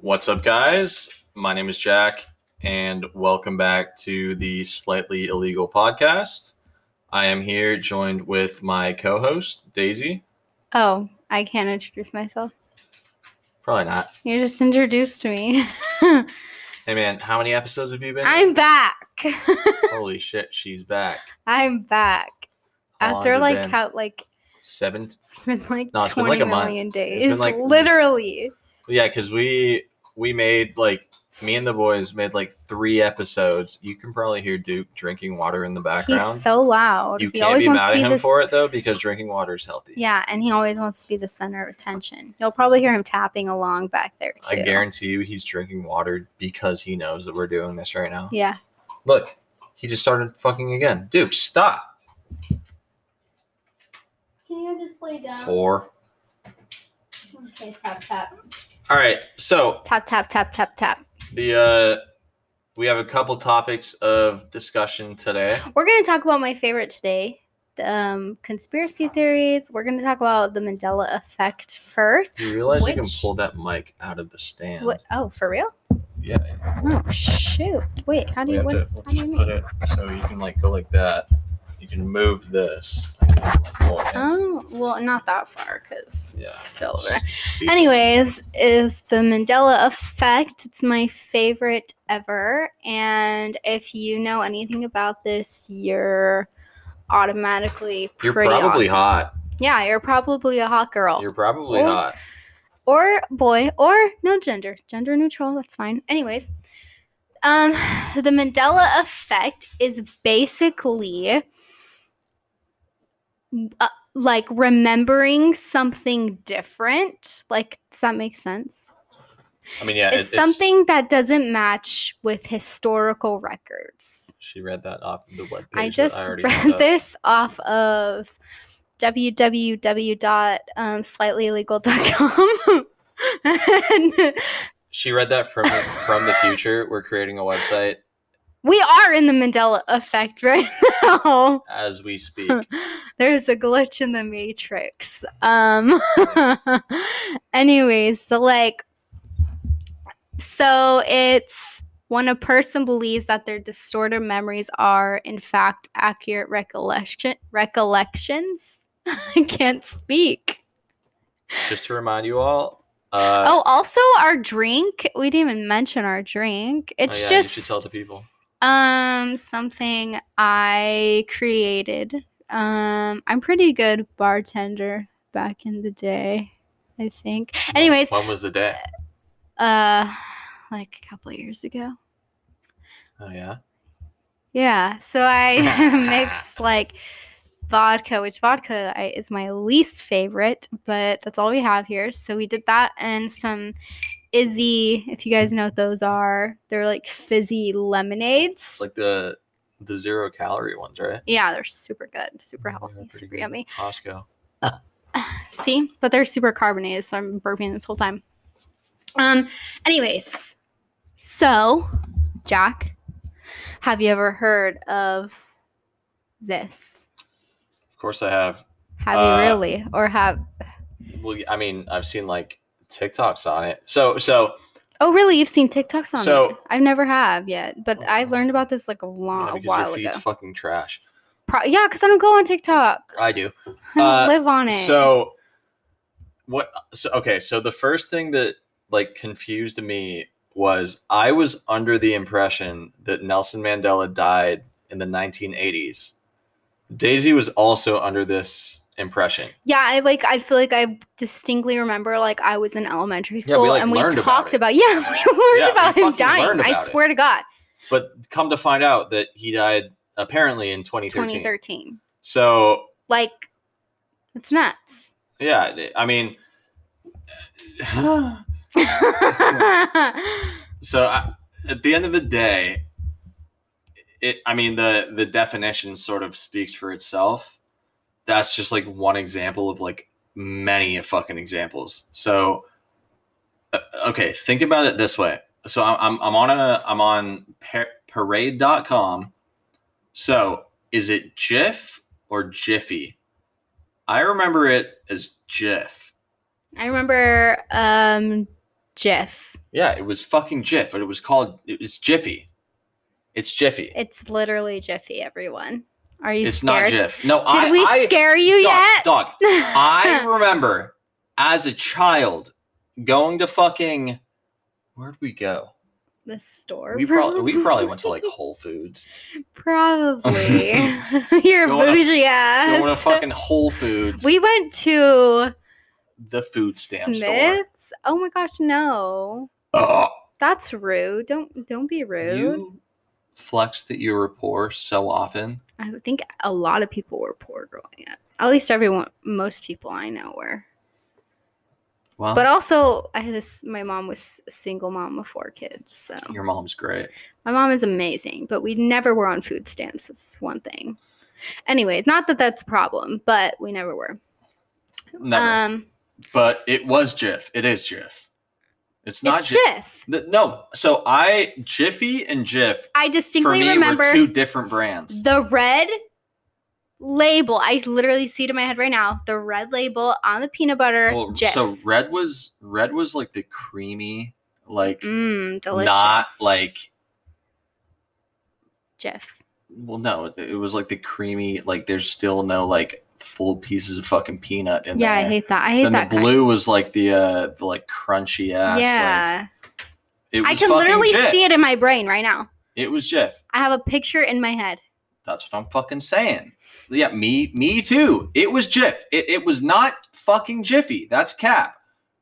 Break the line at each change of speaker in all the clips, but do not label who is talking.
What's up, guys? My name is Jack, and welcome back to the Slightly Illegal podcast. I am here joined with my co host, Daisy.
Oh, I can't introduce myself.
Probably not.
You just introduced me.
Hey, man, how many episodes have you been?
I'm back.
Holy shit, she's back.
I'm back.
How long has
After
it
like
been?
how like
seven.
it's been like
No, it's been, like,
twenty million
a month.
days.
It's been, like-
literally.
Yeah, because we we made like me and the boys made like three episodes. You can probably hear Duke drinking water in the background.
He's so loud.
you
he
can't
always
be
wants
mad
to
at
be
him
this
for it though, because drinking water is healthy.
Yeah, and he always wants to be the center of attention. You'll probably hear him tapping along back there
I
too.
guarantee you he's drinking water because he knows that we're doing this right now.
Yeah.
Look, he just started fucking again. Dude, stop.
Can you just lay down?
Whore.
Okay, tap tap.
All right. So
Tap tap tap tap tap.
the uh we have a couple topics of discussion today.
We're going to talk about my favorite today the, um, conspiracy theories. We're going to talk about the Mandela effect first.
You realize you can
Which-
pull that mic out of the stand.
What? Oh, for real?
Yeah.
Oh, shoot. Wait, how do
We
you.
have
What,
to we'll
how do you
just put
mean?
it so you can like go like that. You can move this. and you can, like, pull it in.
Oh, well, not that far because
Yeah.
it's still there.
Decent.
Anyways, is the Mandela effect. It's my favorite ever. And if you know anything about this, you're automatically
You're
pretty
probably
awesome. Oh.
hot.
Yeah, you're probably a hot girl.
You're probably
Or-
hot.
or boy or no gender gender neutral that's fine anyways um the mandela effect is basically uh, like remembering something different like does that make sense
I mean, yeah, it-
it's something that doesn't match with historical records
She read that off the webpage.
i
that
just
already looked
read
up.
this off of um, www.slightlyillegal.com and
She read that from from the future. We're creating a website
We are in the Mandela effect right now.
as we speak.
There's a glitch in the matrix. Um anyways, so like so it's when a person believes that their distorted memories are in fact accurate recollection recollections. I can't speak.
Just to remind you all. Uh,
oh, also our drink. We didn't even mention our drink. It's
Oh, yeah,
just
you should tell the people.
Um, something I created. Um, I'm pretty good bartender back in the day, I think. Anyways,
when was the day?
uh, like a couple years ago.
Oh yeah,
Yeah, so I mixed like vodka, which vodka I, is my least favorite, but that's all we have here. So we did that and some Izzy, if you guys know what those are. They're like fizzy lemonades.
like the the zero calorie ones, right?
Yeah, they're super good, super
Yeah,
healthy,
pretty
super
good.
yummy.
Costco.
See, but they're super carbonated, so I'm burping this whole time. Um, anyways, so Jack, have you ever heard of this?
Of course, I have.
Have
Uh,
you really, or have?
Well, I mean, I've seen like TikToks on it. So so
Oh, really? You've seen TikToks on
so-
it? I've never have yet, but I
Oh.
learned about this like a
yeah,
long, a
because
while
your feed's
ago.
fucking trash.
Pro- yeah, because I don't go on TikTok.
I do.
I don't
Uh,
live on it.
So what so okay, so the first thing that like confused me was I was under the impression that Nelson Mandela died in the 1980s. Daisy was also under this impression.
Yeah, I like I feel like I distinctly remember like I was in elementary
Yeah, we,
school
like,
and we
learned about
talked
it.
about, yeah, we learned
Yeah, we
about him
fucking
dying.
learned
I
about it.
swear to God,
But come to find out that he died apparently in 2013.
2013.
So,
Like it's nuts.
yeah, I mean so I, at the end of the day it i mean the the definition sort of speaks for itself that's just like one example of like many fucking examples so uh, okay think about it this way so i'm i'm, I'm on a i'm on par- parade.com so is it gif or jiffy i remember it as gif
I remember um Jif.
Yeah, it was fucking Jif, but it was called it- it's Jiffy. It's Jiffy.
It's literally Jiffy, everyone. Are you
it's not
scared?
Jif. No,
Did
I
we
I,
scare you
dog,
yet?
Dog, I remember as a child going to fucking where'd we go?
the store.
We probably we probably went to like Whole Foods.
probably. You're
Going to-
bougie
Going to
ass.
fucking Whole Foods.
Uh, We went to
the food stamp store.
Smith's. Oh my gosh, no.
Ugh.
That's rude. Don't don't be rude.
You flex that you were poor so often.
I would think a lot of people were poor growing up. At least everyone, most people I know were.
Well,
But uh, also, I had a, s- my mom was a single mom of four kids, so
your mom's great.
my mom is amazing. But we never were on food stamps. That's one thing. Anyways, not that that's a problem, but we never were.
Never.
Um,
but it was Jif. It is Jif. It's not
it's
Jif.
Jif.
Th- no, so I Jiffy and Jif
I
for
distinctly
me
remember
were two different brands.
the red label. I literally see it in my head right now. The red label on the peanut butter.
Well,
Jif.
so red was red was like the creamy, like
mm, delicious.
not like
Jif.
well, no, it- it was like the creamy. Like there's still no like full pieces of fucking peanut in
Yeah,
there.
I hate that. I hate
then
that.
the
kind-
blue was like the uh the like crunchy ass. like,
yeah,
it was
I can literally see it in my brain right now.
It was Jif.
I have a picture in my head.
That's what I'm fucking saying. Yeah, me, me too. It was Jif. It, it was not fucking Jiffy. That's cap.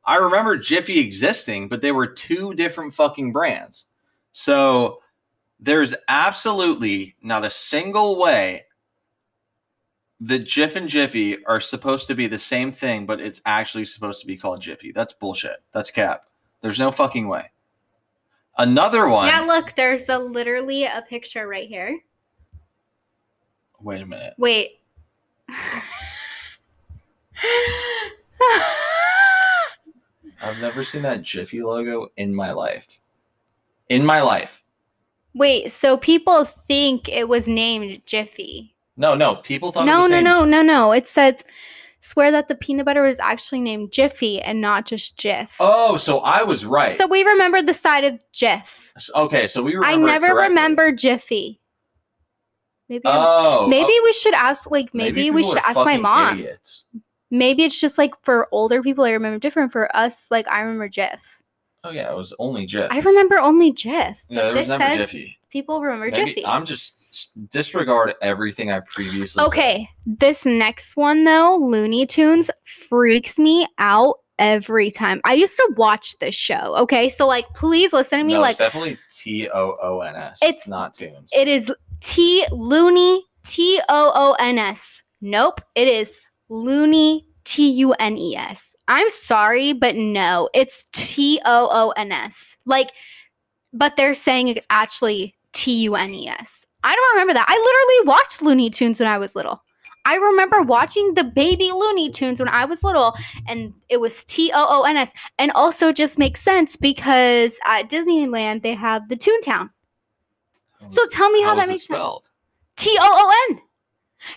I remember Jiffy existing, but they were two different fucking brands. So there's absolutely not a single way that Jif and Jiffy are supposed to be the same thing, but it's actually supposed to be called Jiffy. That's bullshit. That's cap. There's no fucking way. Another one.
Yeah, look, there's a literally a picture right here.
Wait a minute.
Wait.
I've never seen that Jiffy logo in my life. In my life.
Wait, so people think it was named Jiffy.
No, no. People thought it
No,
was
no,
named-
no, no, no. It says swear that the peanut butter was actually named Jiffy and not just Jif.
Oh, so I was right.
So we remembered the side of Jif.
S- okay, so we remember.
I
it
never
correctly.
remember Jiffy. Maybe I'm
Oh,
maybe
oh,
we should ask like maybe, we
people
should
are
ask my
fucking
mom
Idiots.
maybe it's just like for older people i remember different for us like i remember jif
Oh yeah, it was only Jiff.
i remember only jif
yeah,
but
there was
this
never
says
Jiffy.
people remember
Maybe-
jiffy
I'm just s- disregard everything I previously. said.
okay this next one though looney tunes freaks me out every time i used to watch this show okay so like please listen to me
no,
like
it's definitely T O O N S.
It's-
not tunes.
it is t looney t-o-o-n-s E nope it is looney t-u-n-e-s E i'm sorry but no it's t-o-o-n-s E like but they're saying it's actually t-u-n-e-s E i don't remember that i literally watched looney tunes when i was little I remember watching the baby Looney Tunes when I was little, and it was T O O N S. And also, it just makes sense because at Disneyland they have the Toontown. So tell me how,
is
that
it
makes sense.
spelled?
T O O N.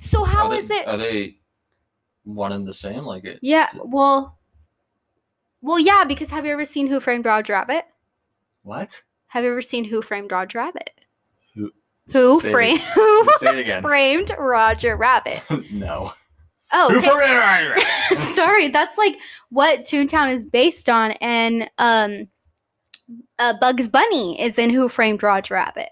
So how
Are
is
they-
it?
Are they one and the same? Like it?
yeah.
is it-
Well. Well, yeah. Because have you ever seen Who Framed Roger Rabbit?
What?
Have you ever seen Who Framed Roger Rabbit? Who
Who
framed
Say it again.
framed Roger Rabbit?
no.
Oh, okay.
framed?
sorry. That's like what Toontown is based on, and um, uh, Bugs Bunny is in Who Framed Roger Rabbit.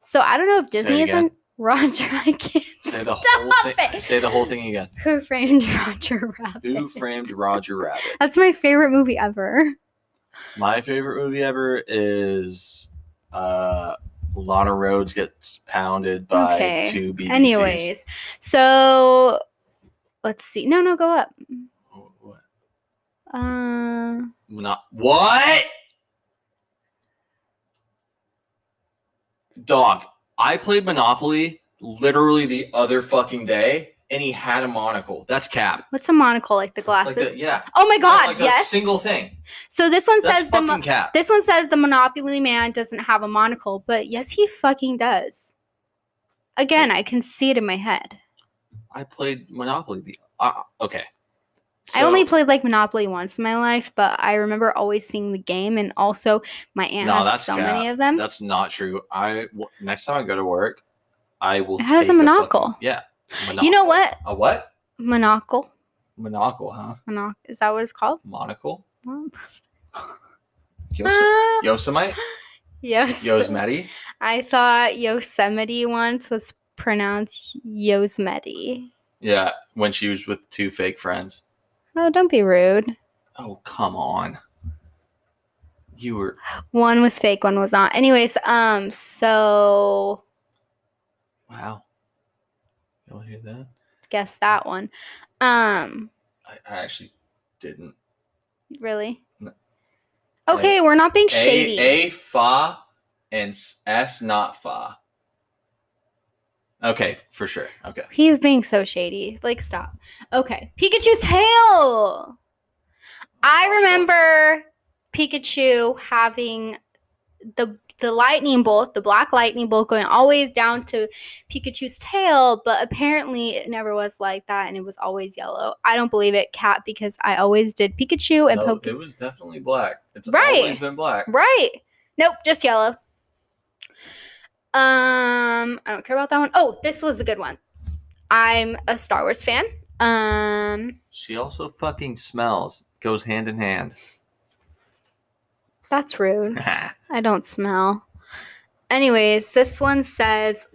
So I don't know if
Say it
Disney is
again.
on Roger. I can't
Say the
stop
whole thing.
it.
Say the whole thing again.
Who framed Roger Rabbit?
Who framed Roger Rabbit?
That's my favorite movie ever.
My favorite movie ever is uh Lana Rhodes gets pounded by
Okay.
two BBCs.
Anyways, so let's see. No, no, go up.
What?
Uh,
Not what? Dog. I played Monopoly literally the other fucking day, and he had a monocle. That's cap.
what's a monocle like the
Like
glasses?
the, yeah.
oh my god,
like a
yes.
Single thing.
so this one
That's
says the
fucking
mo-
cap.
this one says the Monopoly man doesn't have a monocle, but yes, he fucking does. Again, I can see it in my head.
I played Monopoly. The uh, okay,
I only
So-
played like Monopoly once in my life, but I remember always seeing the game, and also my aunt
No,
has
that's
so
cap.
many of them.
That's not true. I w- next time I go to work, I will.
It has a
take the
monocle.
fucking- yeah.
You know
monocle.
what?
A what?
Monocle,
Monocle, huh?
monoc is that what it's called?
Monocle.
Um,
Yos- Yosemite.
Uh, Yes.
Yosemite.
I thought Yosemite once was pronounced Yosemite.
Yeah, when she was with two fake friends.
Oh, don't be rude.
Oh come on. You were
One was fake, one was not. Anyways, um, so
wow. Y'all hear that?
guess that one. Um,
I, I actually didn't.
really?
No.
Okay, we're not being
A-
shady.
A, fa and s, s not fa. Okay, for sure. Okay.
He's being so shady. Like, stop. Okay. Pikachu's tail. I remember Pikachu having the the lightning bolt, the black lightning bolt going always down to Pikachu's tail, but apparently it never was like that and it was always yellow. I don't believe it, Cat, because I always did Pikachu Oh, and
No,
Poke.
it was definitely black. It's
Right.
always been black.
Right. Nope, just yellow. Um, I don't care about that one. Oh, this was a good one. I'm a Star Wars fan. Um,
She also fucking smells. Goes hand in hand.
that's rude. I don't smell. Anyways, this one says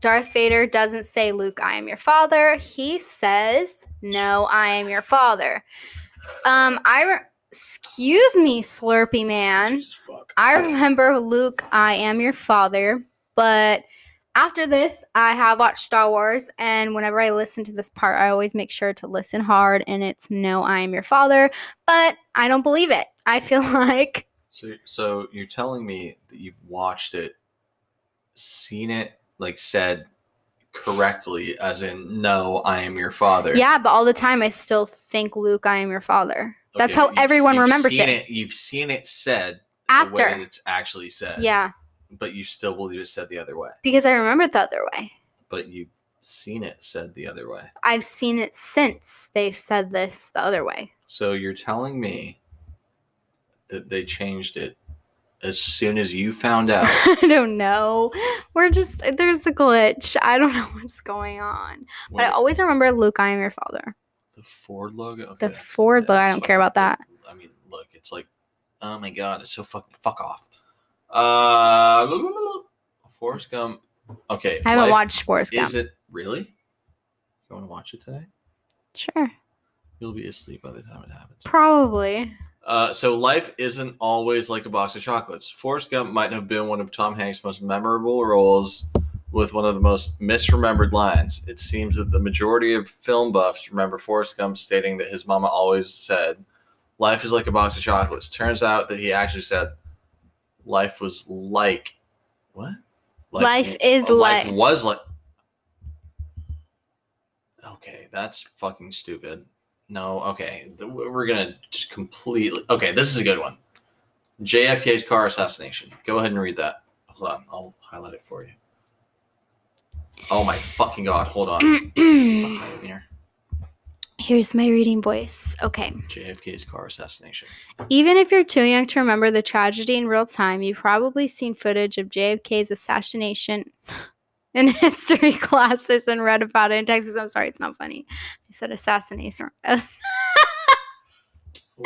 Darth Vader doesn't say, Luke, I am your father. He says, No, I am your father. Um, I, re- excuse me, Slurpy man.
Jesus fuck.
I remember Luke, I am your father, but after this, I have watched Star Wars, and whenever I listen to this part, I always make sure to listen hard, and it's no, I am your father, but I don't believe it. I feel like,
So, so you're telling me that you've watched it, seen it, like said correctly, as in, no, I am your father.
yeah, but all the time I still think Luke, I am your father. That's
Okay,
how
you've-
everyone
you've
remembers
seen
it.
You've seen it said the way
After.
it's actually said.
Yeah,
But you still believe it's said the other way.
because I remember it the other way.
But you've seen it said the other way.
I've seen it since they've said this the other way.
So you're telling me that they changed it as soon as you found out.
I don't know. We're just, there's a glitch. I don't know what's going on. But I
Wait,
always remember Luke, I am your father.
the Ford logo. Okay,
The
that's-
Ford logo, I
that's
don't care
fucking-
about that.
I mean, look, it's like, oh my god, it's so fucking fuck off. Uh, blah, blah, blah, blah. Forrest Gump. Okay,
I haven't
life
watched Forrest Gump.
Is it really? You want to watch it today?
Sure.
You'll be asleep by the time it happens.
Probably.
Uh, so life isn't always like a box of chocolates. Forrest Gump might have been one of Tom Hanks' most memorable roles with one of the most misremembered lines. It seems that the majority of film buffs remember Forrest Gump stating that his mama always said, Life is like a box of chocolates. Turns out that he actually said, Life was like. What?
Life is
life
like-
was like. Okay, that's fucking stupid. No, okay. th- We're going to just completely. Okay, this is a good one. JFK's car assassination. Go ahead and read that. Hold on. I'll highlight it for you. Oh my fucking god. Hold on. Fuck, I'm here.
Here's my reading voice. Okay.
JFK's car assassination.
Even if you're too young to remember the tragedy in real time, you've probably seen footage of JFK's assassination in history classes and read about it in Texas. I'm sorry, it's not funny. I said assassination.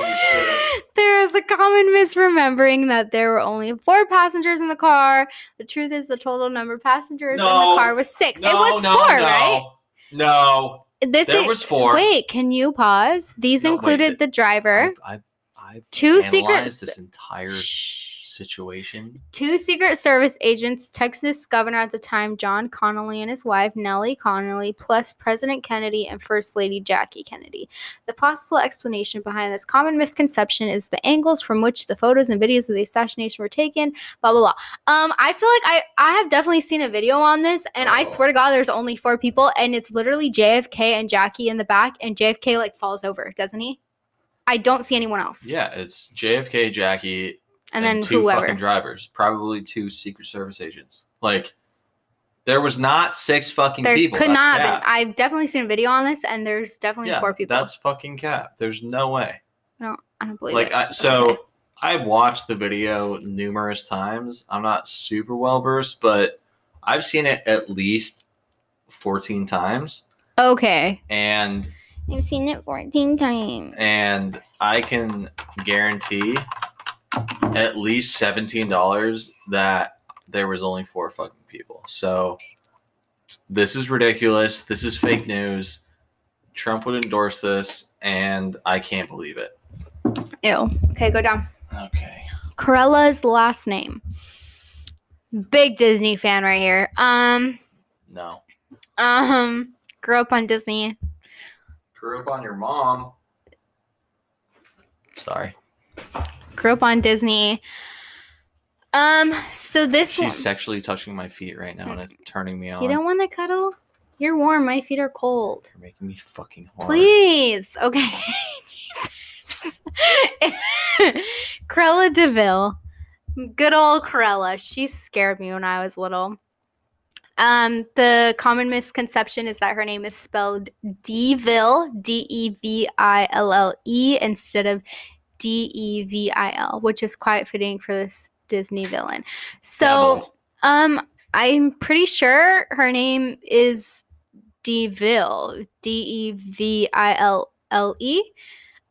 there is a common misremembering that there were only four passengers in the car. The truth is, the total number of passengers in
No.
the car was six.
No,
it was
no,
four,
no.
right?
No.
This
There
is,
was four.
Wait, can you pause? These
No, wait,
included
th-
the driver.
I've, I've, I've
Two
analyzed
secrets.
this entire
Shh.
situation.
Two Secret Service agents, Texas governor at the time, John Connolly, and his wife, Nellie Connolly, plus President Kennedy and First Lady Jackie Kennedy. The possible explanation behind this common misconception is the angles from which the photos and videos of the assassination were taken, blah, blah, blah. Um, I feel like I, I have definitely seen a video on this, and I
Oh.
swear to God, there's only four people, and it's literally JFK and Jackie in the back, and JFK like falls over, doesn't he? I don't see anyone else.
Yeah, it's JFK, Jackie,
And then
two
whoever.
fucking drivers, probably two Secret Service agents. Like, There was not six fucking
There
people.
could
That's
not have
cap.
been. I've definitely seen a video on this, and there's definitely
yeah,
four people.
That's fucking cap. There's no way.
I don't believe
like uh,
it.
I, so, I've watched the video numerous times. I'm not super well versed, but I've seen it at least 14 times,
Okay.
and
I've seen it 14 times.
and I can guarantee at least seventeen dollars that there was only four fucking people. So this is ridiculous. This is fake news. Trump would endorse this, and I can't believe it.
Ew. Okay, go down.
Okay.
Corella's last name. Big Disney fan right here. Um,
No.
um, grew up on Disney.
Grew up on your mom. Sorry.
Grew up on Disney. Um, so this
She's
one.
sexually touching my feet right now and it's turning me on.
You don't want to cuddle? You're warm. My feet are cold.
You're making me fucking horny.
Please. Okay. Jesus. Crella DeVille. Good old Crella. She scared me when I was little. Um, the common misconception is that her name is spelled Deville, D E V I L L E, instead of D E V I L, which is quite fitting for this Disney villain. So.
Devil.
Um, I'm pretty sure her name is Deville, D E V I L L E.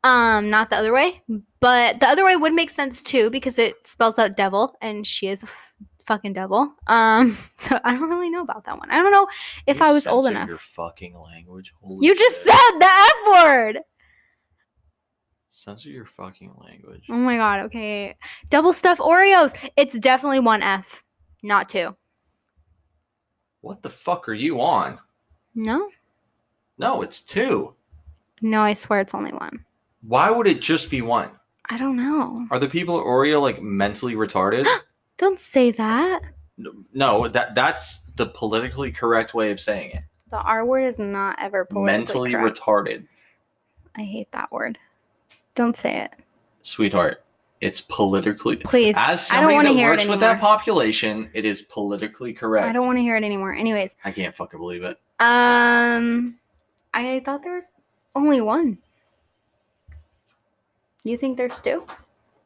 Um, not the other way, but the other way would make sense too because it spells out devil, and she is a f- fucking devil. Um, so I don't really know about that one. I don't know if
You
I was old
censor
enough.
Your fucking language. Holy
You just
shit.
said the F word.
Censor your fucking language.
Oh my god. Okay, double stuff Oreos. It's definitely one F, not two.
What the fuck are you on?
No,
No, it's two.
no, I swear it's only one.
Why would it just be one?
I don't know.
Are the people at Oreo like mentally retarded?
Don't say that.
N- no, that that's the politically correct way of saying it.
The R word is not ever politically
mentally
correct.
retarded.
I hate that word. Don't say it,
Sweetheart, it's politically
please.
as
I don't
somebody
wanna
that
hear it
works with that
anymore.
population, it is politically correct.
I don't want to hear it anymore. Anyways,
I can't fucking believe it.
um, I thought there was only one. You think there's two?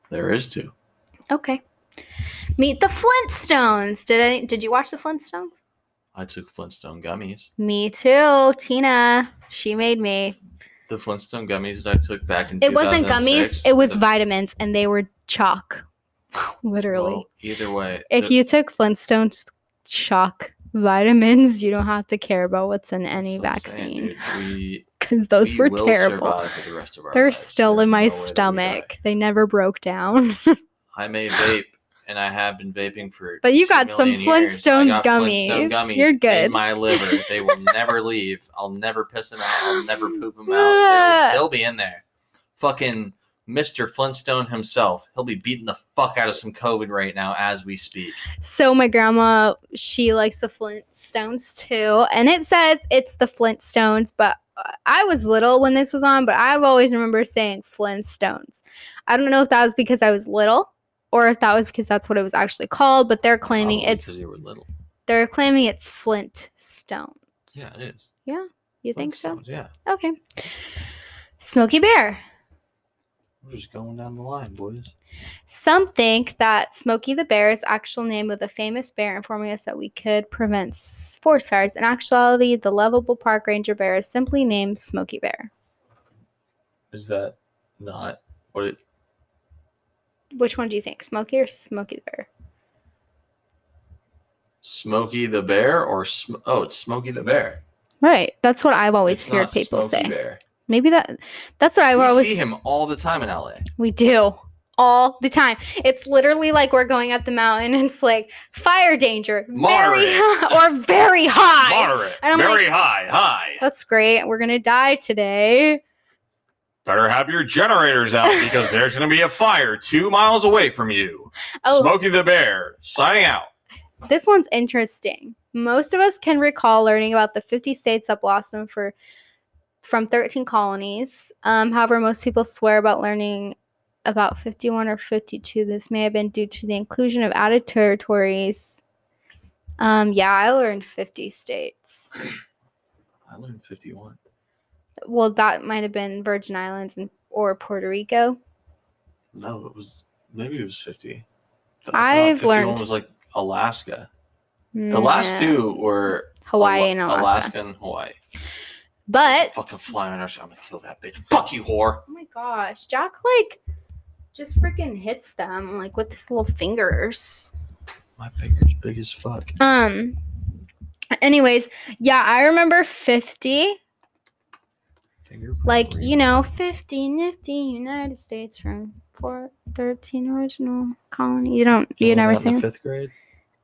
There is two.
Okay. Meet the Flintstones. Did any, did you watch the Flintstones?
I took Flintstone gummies.
Me too. Tina, she made me.
The Flintstone gummies that I took back in
It wasn't gummies.
2006,
It was
the-
vitamins, and they were chalk. Literally.
Well, either way,
If
the-
you took Flintstones shock vitamins, you don't have to care about what's in any
That's what I'm saying,
vaccine
dude. We-
because those
we
were
will
terrible.
survive for the rest of our
They're
lives.
still
There's
in my
no way that we die.
stomach. They never broke down.
I may vape, and I have been vaping for.
But you
two
got some
million years. I got
Flintstones
Flintstone
gummies. You're
in
good.
my liver, they will never leave. I'll never piss them out. I'll never poop them out. They'll, they'll be in there. Fucking Mr. Flintstone himself. He'll be beating the fuck out of some COVID right now as we speak.
so my grandma, she likes the Flintstones too, and it says it's the Flintstones, but uh, I was little when this was on, but I've always remember saying Flintstones. I don't know if that was because I was little or if that was because that's what it was actually called, but they're claiming
Probably
it's
'cause they were little.
They're claiming it's Flintstone.
Yeah, it is.
You think so?
Flintstones, Yeah.
Okay. Smoky Bear.
We're just going down the line, boys.
Some think that Smokey the Bear is actual name of the famous bear, informing us that we could prevent s- forest fires. In actuality, the lovable park ranger bear is simply named Smokey Bear,
Is that not what it
which one do you think, Smokey or Smokey the Bear?
Smokey the Bear or Sm- oh, it's Smokey the Bear.
Right, that's what I've always
It's
heard
not
people
Smokey
say.
Bear.
Maybe that that's what I
we
always
see him all the time in LA.
We do all the time. It's literally like we're going up the mountain. It's like fire danger, very
Moderate.
high, or very high.
Moderate,
and I'm
very high, high.
That's great. We're gonna die today.
Better have your generators out because there's going to be a fire two miles away from you.
Oh,
Smokey the Bear signing out.
this one's interesting. Most of us can recall learning about the 50 states that blossomed for from 13 colonies. Um, however, most people swear about learning about 51 or 52. This may have been due to the inclusion of added territories Um, yeah, I learned 50 states.
I learned 51.
Well, that might have been Virgin Islands and, or Puerto Rico.
No, it was maybe it was 50. I thought
I've
51
learned-
was like Alaska. The
The
last two were
Mm, Hawaii
Ala-
and Alaska.
and Hawaii.
But
Fucking fly on our I'm gonna kill that bitch. Fuck you, whore.
Oh my gosh, Jack like just freaking hits them like with his little fingers.
My finger's big as fuck.
Um. Anyways, yeah, I remember fifty.
Finger
Like you know, fifty nifty United States from four thirteen original colony. You don't. You, never
seen
seen. it?
fifth grade?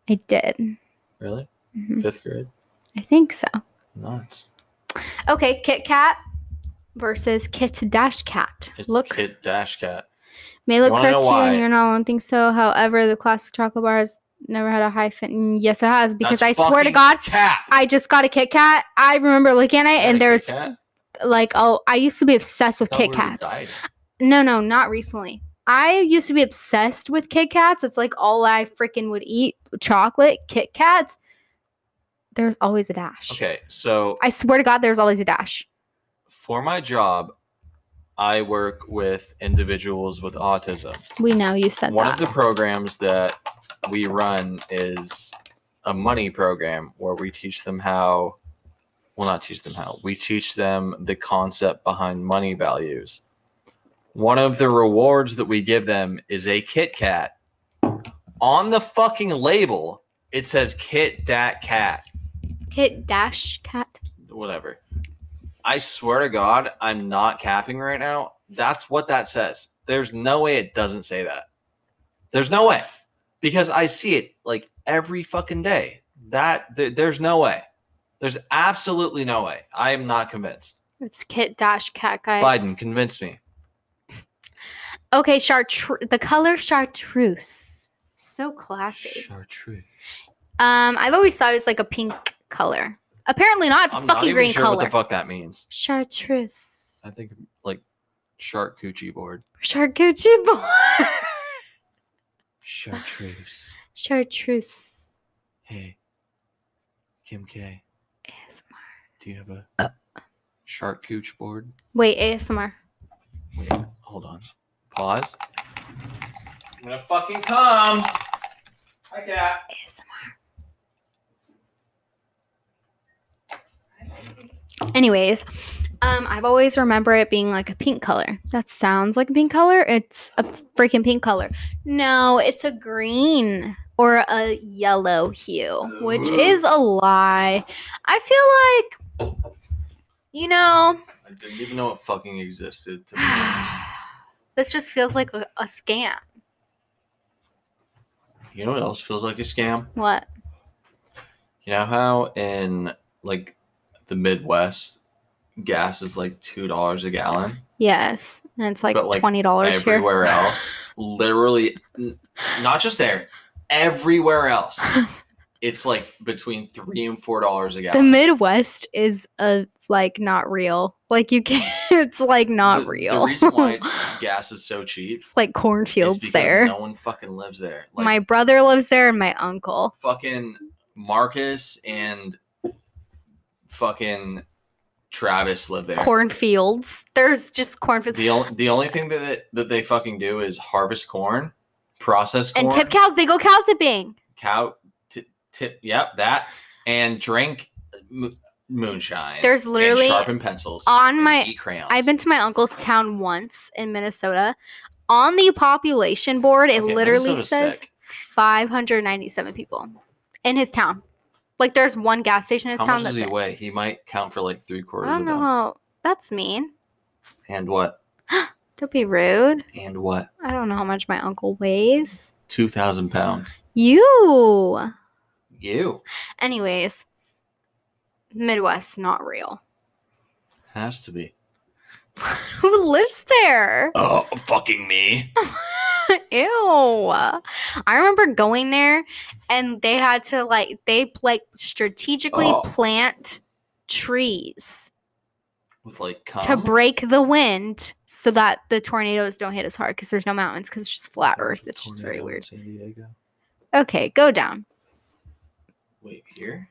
I did.
Really?
Mhm.
Fifth grade?
I think so.
Nuts.
Okay, Kit Kat versus Kit Dash Cat.
It's
Look,
Kit Dash Cat.
May look
wanna know
correct to you
why?
and you're not alone think so. However, the classic chocolate bar has never had a hyphen. Yes, it has, because
That's
I swear to
fucking
God,
Cat.
I just got a Kit Kat. I remember looking at it and there's like oh I used to be obsessed with Kit Kats. No, no, not recently. I used to be obsessed with Kit Kats. It's like all I freaking would eat chocolate, Kit Kats. There's always a dash.
Okay, so
I swear to God, there's always a dash.
for my job, I work with individuals with autism.
We know you said
One
that.
of the programs that we run is a money program where we teach them how, well, not teach them how, we teach them the concept behind money values. One of the rewards that we give them is a Kit Kat. On the fucking label, it says Kit Dat Cat,
Kit Dash Cat.
whatever. I swear to God, I'm not capping right now. That's what that says. There's no way it doesn't say that. There's no way because I see it like every fucking day. That th- there's no way. There's absolutely no way. I am not convinced.
It's Kit Dash Cat, guys.
Biden, convince me.
Okay, chartreuse. The color chartreuse. So classy.
Chartreuse.
Um, I've always thought it's like a pink color. Apparently not. It's a
I'm not
fucking
even
green
sure what
color.
the fuck that means.
chartreuse.
I think like shark coochie board.
Charcuterie board.
Chartreuse.
chartreuse.
Hey, Kim K,
ASMR.
do you have a
Uh.
shark cooch board?
Wait, ASMR.
Wait, hold on. Pause. I'm gonna fucking come. Hi, cat.
ASMR. Anyways, um, I've always remember it being like a pink color. That sounds like a pink color. It's a freaking pink color. No, it's a green or a yellow hue, which is a lie. I feel like, you know,
I didn't even know it fucking existed. To be honest.
this just feels like a, a scam.
You know what else feels like a scam?
What?
You know how in like the Midwest, gas is like two dollars a gallon.
Yes, and it's like,
But, like,
twenty dollars here.
Everywhere else, literally, n- not just there, everywhere else, it's like between three and four dollars a
the
gallon.
Midwest is a like not real. Like you can't. It's like not
The-
real.
The reason why gas is so cheap is
it's like cornfields
because
there.
No one fucking lives there. Like
my brother lives there and my uncle.
fucking Marcus and fucking Travis live there.
Cornfields. There's just cornfields.
The only the only thing that that they fucking do is harvest corn, process corn,
and tip cows, they go cow tipping.
cow t- tip. Yep, that and drink m- moonshine.
There's
and
literally-
sharpen pencils
on
and
my-
eat crayons.
I've been to my uncle's town once in Minnesota. On the population board, it
Okay,
literally
Minnesota's
says
sick.
597 people in his town. Like there's one gas station in his
How
town
much does
that's
he
it.
weigh? He might count for like three quarters.
I don't
of
know
them.
how that's mean.
And what?
Don't be rude.
And what?
I don't know how much my uncle weighs.
Two thousand pounds.
You.
You
Anyways, Midwest not real.
has to be.
Who lives there?
Oh, fucking me.
Ew. I remember going there and they had to like they like strategically
Oh.
plant trees
With like cum?
to break the wind so that the tornadoes don't hit as hard because there's no mountains because it's just flat
There was
earth.
a
It's just very
tornado in
weird.
San Diego.
Okay, go down.
Wait, here?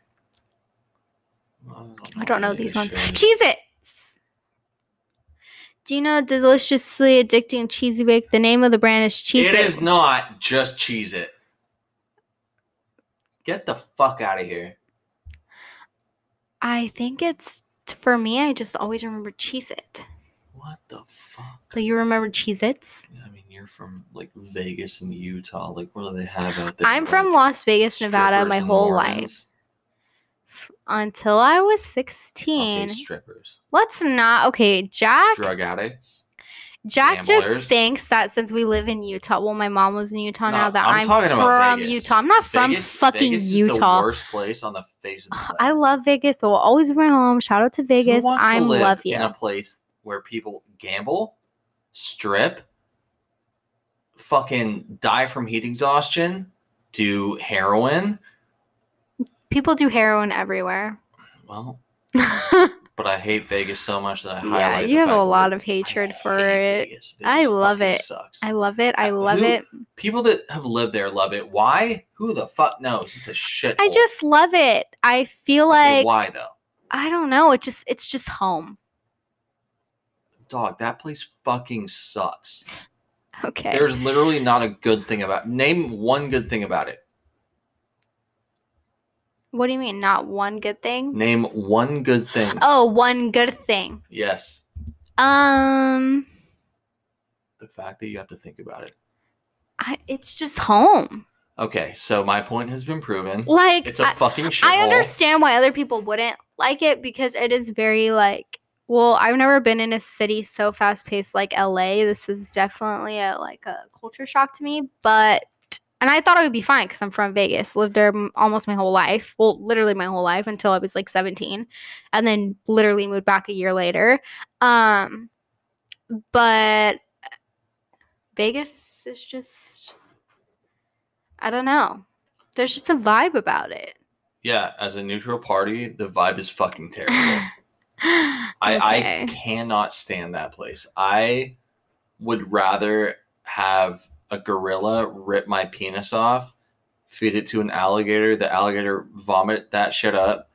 I don't know these ones.
Nation.
Cheez Its! Do you know deliciously addicting cheesy bake? The name of the brand is Cheez
It is not just cheese it. Get the fuck out of here.
I think it's for me, I just always remember Cheez It.
What the fuck?
But you remember Cheez Its?
I mean, you're from like Vegas and Utah. Like, what do they have out there?
I'm from
Like,
Las Vegas, Nevada
strippers
my
and
whole life.
Mormons?
Until I was
Okay,
16.
strippers,
Let's not. Okay, Jack.
drug addicts.
Jack
gamblers.
just thinks that since we live in Utah, well, my mom was in Utah.
No,
now that
I'm
I'm,
talking about
from
Vegas.
Utah, I'm not from
Vegas-
fucking
Vegas Is
Utah.
the worst place on the face of the planet.
I love Vegas. So will always be my home. Shout out to
Who
Vegas.
wants to
I
live
love
in
you.
a place where people gamble, strip, fucking die from heat exhaustion, do heroin.
People do heroin everywhere.
Well,
yeah,
but I hate Vegas so much that I highlight.
you
the
have
fact
a
that
lot of
I
hatred
hate
for it.
Vegas.
I
Vegas
love
fucking
it.
Sucks.
I love it. I
Uh,
love
who-
it.
People that have lived there love it. Why? Who the fuck knows? It's a shit.
I
hole.
just love it. I feel
Okay,
like
why though?
I don't know. It just it's just home.
Dog, that place fucking sucks.
Okay.
There's literally not a good thing about. Name one good thing about it.
what do you mean? Not one good thing?
Name one good thing.
Oh, one good thing.
Yes,
Um,
the fact that you have to think about it.
I, it's just home.
Okay, so my point has been proven.
Like
it's a
I,
fucking shit.
I understand why other people wouldn't like it because it is very like. Well, I've never been in a city so fast paced like LA. This is definitely a like a culture shock to me, but and I thought it would be fine because I'm from Vegas, lived there m- almost my whole life. Well, literally my whole life until I was like 17, and then literally moved back a year later. Um, but Vegas is just, I don't know. There's just a vibe about it.
Yeah, as a neutral party, the vibe is fucking terrible. I, I
Okay.
cannot stand that place. I would rather have a gorilla rip my penis off, feed it to an alligator, the alligator vomit that shit up,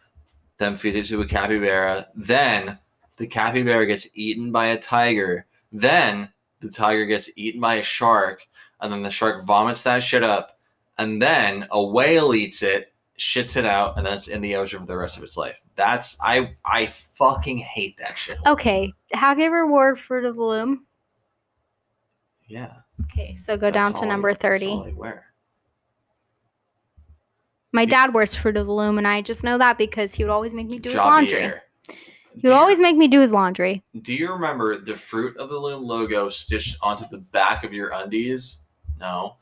then feed it to a capybara, then the capybara gets eaten by a tiger, then the tiger gets eaten by a shark, and then the shark vomits that shit up, and then a whale eats it, shits it out, and then it's in the ocean for the rest of its life. That's I I fucking hate that shit.
Okay. Have you ever wore Fruit of the Loom?
Yeah.
Okay, so go down to number 30.
Where?
My
You-
dad wears Fruit of the Loom, and I just know that because he would always make me do his laundry. He would always make me do his laundry.
Do you remember the fruit of the loom logo stitched onto the back of your undies? No.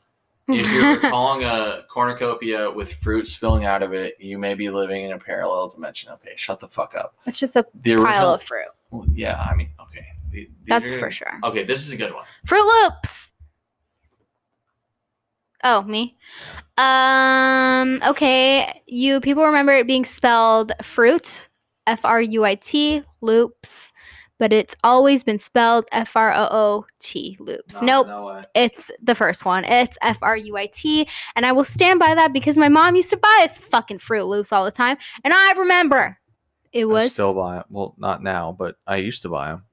If you're calling a cornucopia with fruit spilling out of it, you may be living in a parallel dimension. Okay, shut the fuck up.
it's just a
The original,
pile of fruit.
Well, yeah, I mean, okay. The- these are
That's
gonna-
for sure.
Okay, this is a good one.
Fruit Loops. Oh, me. Um, okay. You people remember it being spelled fruit, F R U I T, loops, but it's always been spelled F R O O T, loops.
No,
nope.
no way.
It's the first one. It's F R U I T. And I will stand by that because my mom used to buy us fucking Fruit Loops all the time. And I remember it
I
was
still buy 'em. Well, not now, but I used to buy them.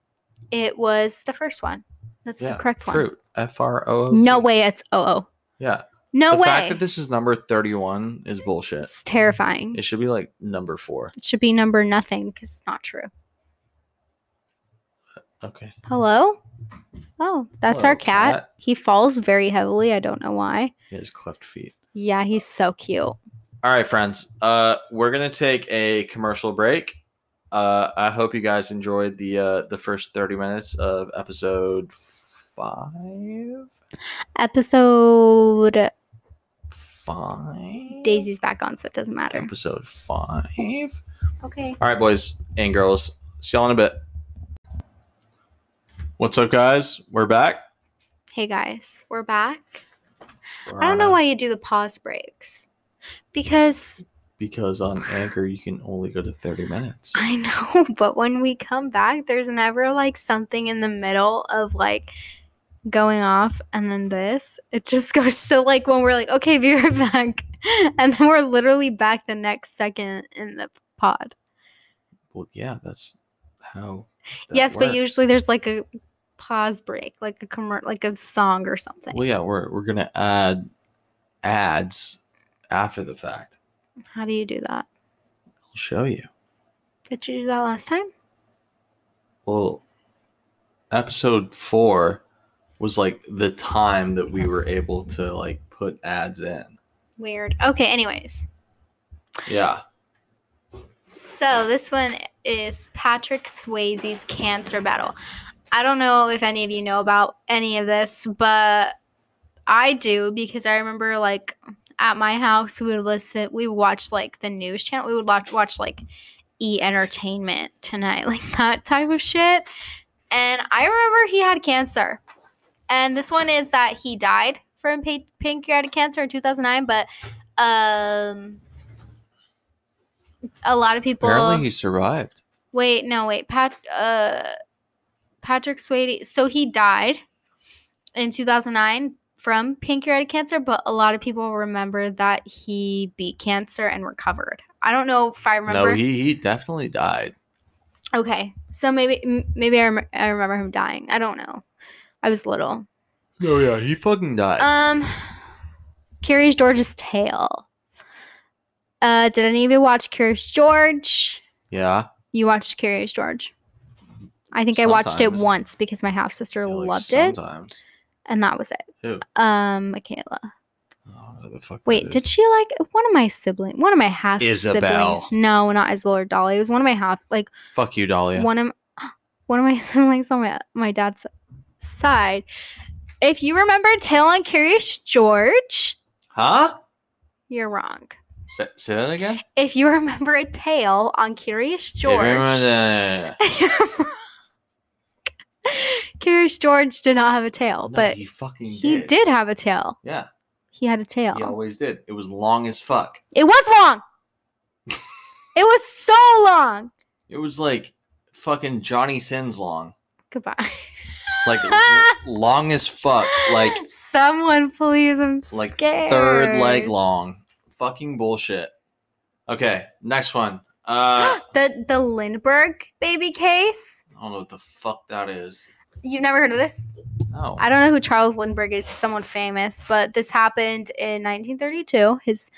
it was the first one. That's the correct
Fruit. F R O O.
one. No way it's O O.
Yeah.
No
the
way.
fact that this is number 31 is bullshit.
It's terrifying.
It should be like number four.
It should be number nothing because it's not true.
Okay.
Hello? Oh, that's
Hello,
our cat.
cat.
He falls very heavily. I don't know why.
He has cleft feet.
Yeah, he's so cute.
All right, friends. Uh, we're gonna take a commercial break. Uh, I hope you guys enjoyed the uh, the first 30 minutes of episode five.
Episode
Five.
Daisy's back on, so it doesn't matter.
Episode five.
Okay.
All right, boys and girls. See y'all in a bit. What's up, guys? We're back.
Hey guys, we're back.
We're
I don't
on
know
a-
why you do the pause breaks. Because
Because on Anchor you can only go to 30 minutes.
I know, but when we come back, there's never like something in the middle of like going off and then this. It just goes to like when we're like, okay, be right back. and then we're literally back the next second in the pod.
Well, yeah, that's how. that
yes, but
works.
usually there's like a pause break, like a commer- like a song or something.
Well, yeah, we're we're gonna add ads after the fact.
How do you do that?
I'll show you.
Did you do that last time?
Well, episode four was like the time that we were able to like put ads in.
Weird. Okay, anyways.
Yeah.
So this one is Patrick Swayze's cancer battle. I don't know if any of you know about any of this, but I do because I remember like at my house we would listen we would watch like the news channel. We would watch watch like E Entertainment tonight, like that type of shit. And I remember he had cancer. And this one is that he died from pa- pancreatic cancer in 2009, but um a lot of people
Apparently, he survived.
Wait, no, wait. Pat, uh, Patrick Swayze. So he died in 2009 from pancreatic cancer, but a lot of people remember that he beat cancer and recovered. I don't know if I remember.
No, he he definitely died.
okay, so maybe m- maybe I, rem- I remember him dying. I don't know. I was little.
No, Oh, yeah, he fucking died.
Um, Curious George's tale. Uh, did any of you watch Curious George?
yeah.
You watched Curious George. I think I watched it
Sometimes.
once because my half sister
yeah, like,
loved it,
sometimes. it.
and that was it.
Who?
Um, Michaela.
the fuck that
Wait,
is.
did she like one of my siblings? One of my half siblings?
Isabel.
No, not Isabel or Dolly. It was one of my half, like
Fuck you, Dahlia.
one of one of my siblings on my my dad's side. If you remember Tale on Curious George,
huh?
you're wrong.
Say, say that again.
If you remember a tale on Curious George,
Remember the-
Curious George did not have a tail,
No,
but
he fucking
he
did.
did. have a tail.
Yeah,
He had a tail.
he always did. It was long as fuck.
It was long. it was so long.
It was like fucking Johnny Sins long,
Goodbye.
like l- long as fuck, like
someone please, I'm
like
scared.
third leg long. Fucking bullshit. Okay, next one. Uh,
the the Lindbergh baby case.
I don't know what the fuck that is.
You've never heard of this?
No.
I don't know who Charles Lindbergh is, someone famous, but this happened in 1932. His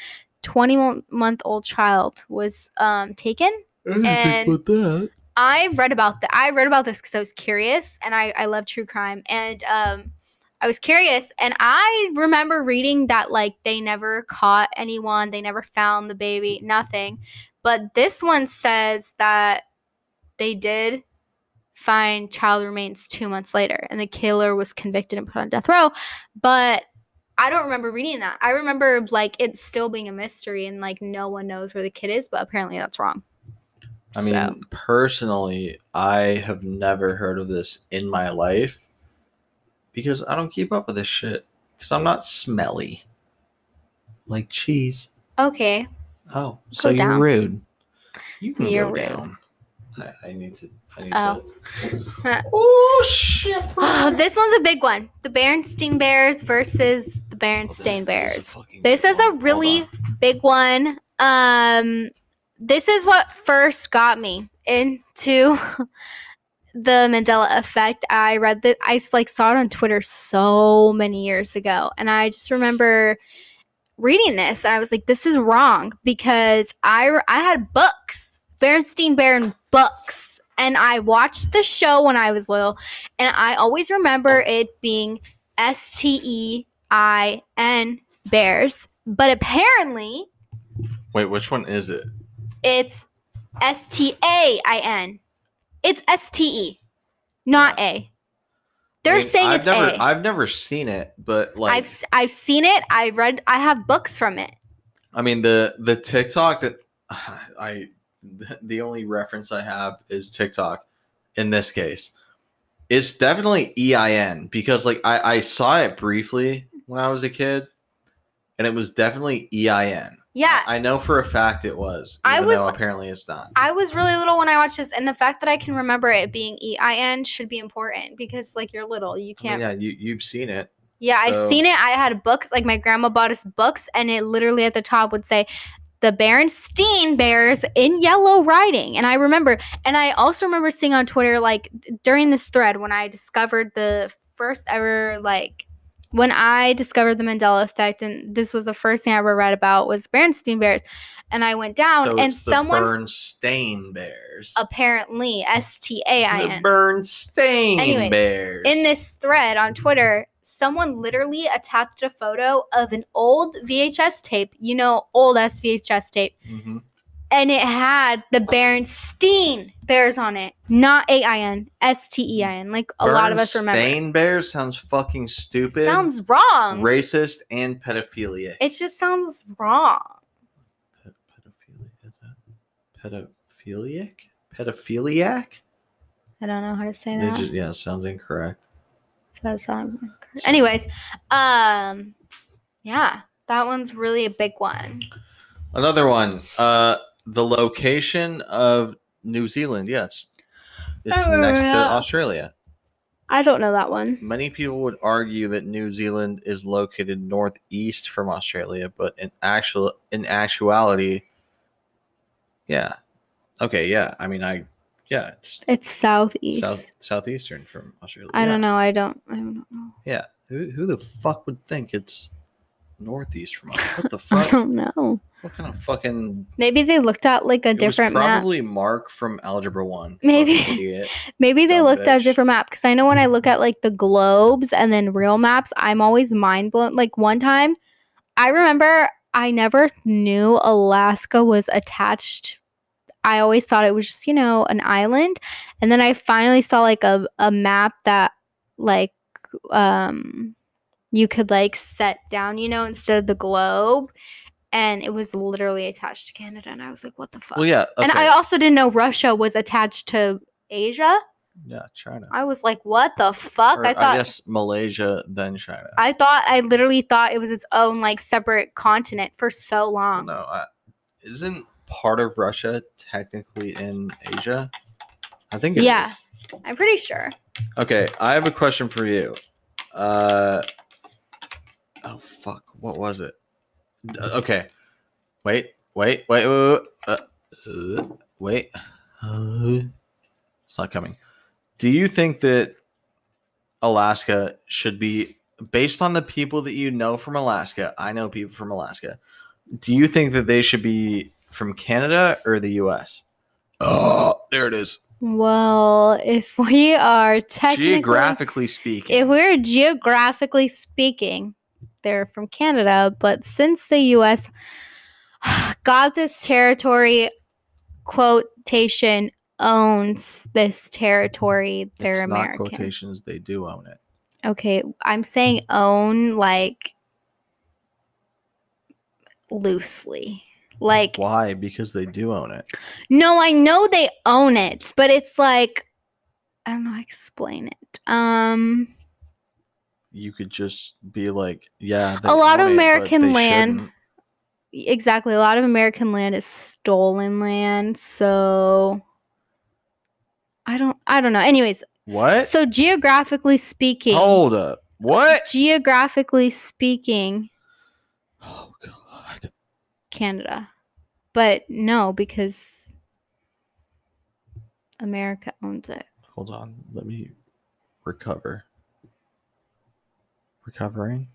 20 month old child was um, taken
didn't
and-
about that.
I've read about that. I read about this because I was curious, and I I love true crime, and um, I was curious, and I remember reading that like they never caught anyone, they never found the baby, nothing, but this one says that they did find child remains two months later, and the killer was convicted and put on death row, but. I don't remember reading that. I remember like it still being a mystery and like no one knows where the kid is, but apparently that's wrong.
I mean,
So-
personally, I have never heard of this in my life because I don't keep up with this shit because I'm not smelly like cheese.
Okay,
Oh, so you're
down.
rude. You can
You're
go
rude.
down. I, I need to. I need
Oh.
to. oh shit!
Oh, this one's a big one. The Berenstain Bears versus the Berenstain Bears. This is a really big one. Um, this is what first got me into the Mandela effect. I read that I like saw it on Twitter so many years ago, and I just remember reading this, and I was like, "This is wrong," because I I had books, Berenstain Bears books, and I watched the show when I was little, and I always remember it being S T E I N bears, but apparently
Wait, which one is it?
it's S T A I N. It's S T E, not A. They're
I mean,
saying
I've
it's
never,
A.
I've never seen it, but like,
I've s- I've seen it. I read. I have books from it.
I mean the the TikTok that I the only reference I have is TikTok in this case. It's definitely EIN because like I, I saw it briefly when I was a kid and it was definitely EIN.
Yeah,
I, I know for a fact it was.
I
Even
was-
though apparently it's not.
I was really little when I watched this, and the fact that I can remember it being E I N should be important because like you're little, you
I mean,
can't.
yeah, you you've seen it.
Yeah,
So-
I've seen it. I had books, like my grandma bought us books, and it literally at the top would say, the Berenstein Bears in yellow writing. And I remember, and I also remember seeing on Twitter, like during this thread, when I discovered the first ever, like, when I discovered the Mandela effect, and this was the first thing I ever read about was Berenstein Bears. And I went down,
so
and
it's the
someone
Bernstein Bears.
apparently, S T A E I
the
N.
Bernstein
Anyways,
Bears.
in this thread on Twitter, someone literally attached a photo of an old VHS tape, you know, old ass VHS tape,
Mhm.
and it had the Berenstein Bears on it, not A I N, S T E I N, like a lot of us remember.
Bernstein Bears sounds fucking stupid.
Sounds wrong.
racist and pedophilia.
it just sounds wrong.
Pe- pedophilia is that? Pedophiliac? Pedophiliac?
I don't know how to say
They
that.
just- yeah, sounds incorrect.
So that's not Anyways, um, yeah, that one's really a big one.
Another one. Uh, the location of New Zealand. Yes, it's
Oh,
next to
yeah.
Australia.
I don't know that one.
Many people would argue that New Zealand is located northeast from Australia, but in actual in actuality, yeah, okay, yeah. I mean, I yeah, it's
It's southeast.
south southeastern from Australia.
I
yeah.
don't know. I don't. I don't know.
Who, who the fuck would think it's northeast from us? What the
I
fuck?
don't know.
what kind of fucking
Maybe they looked at like a
It was
different map.
probably Mark from Algebra One. Fucking
Maybe.
idiot.
Maybe they
dumb
looked at a
bitch.
different map because I know when I look at like the globes and then real maps, I'm always mind blown. Like one time, I remember I never knew Alaska was attached. I always thought it was just you know an island, and then I finally saw like a a map that like um you could like set down you know instead of the globe and it was literally attached to canada and i was like what the fuck
Well, yeah.
And I
okay.
also didn't know Russia was attached to Asia.
yeah, China.
I was like, what the fuck?
Or,
I thought I,
guess Malaysia, then China.
thought I literally thought it was its own like separate continent for so long.
no, I, isn't part of Russia technically in Asia? I think it is.
Yeah. I'm pretty sure.
Okay, I have a question for you. Uh, oh fuck, what was it? D- Okay, wait, wait, wait, wait, wait, uh, uh, wait. Uh, it's not coming. Do you think that Alaska should be based on the people that you know from Alaska? I know people from Alaska. Do you think that they should be from Canada or the U.S.? Oh, there it is.
Well, if we are technically
Geographically speaking,
if we're geographically speaking, they're from Canada, but since the US got this territory quotation owns this territory, they're
it's
American.
not quotations. They do own it.
Okay, I'm saying own like loosely. Like
Why? Because they do own it.
no, I know they own it, but it's like I don't know how to explain it. Um
You could just be like, yeah. they
A lot
own
of
it, but
American
they
land-
shouldn't."
exactly, a lot of American land is stolen land, so I don't I don't know. Anyways,
What?
so geographically speaking,
Hold up. What?
geographically speaking,
Oh god.
Canada. But no, because America owns it.
Hold on. Let me recover. Recovering.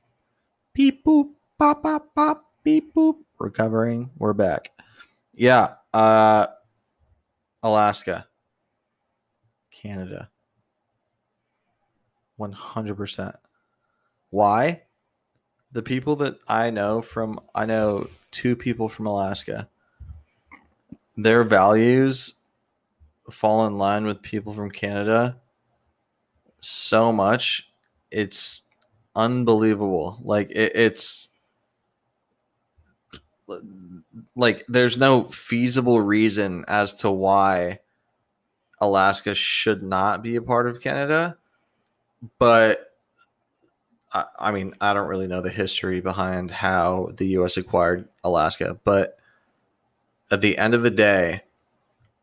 Beep boop. Pop pop pop. Beep boop. Recovering. We're back. Yeah. Uh. Alaska. Canada. One hundred percent. Why? The people that I know from I know two people from Alaska. Their values fall in line with people from Canada so much. It's unbelievable. Like it, it's like there's no feasible reason as to why Alaska should not be a part of Canada, but I, I mean, I don't really know the history behind how the U.S. acquired Alaska, but at the end of the day,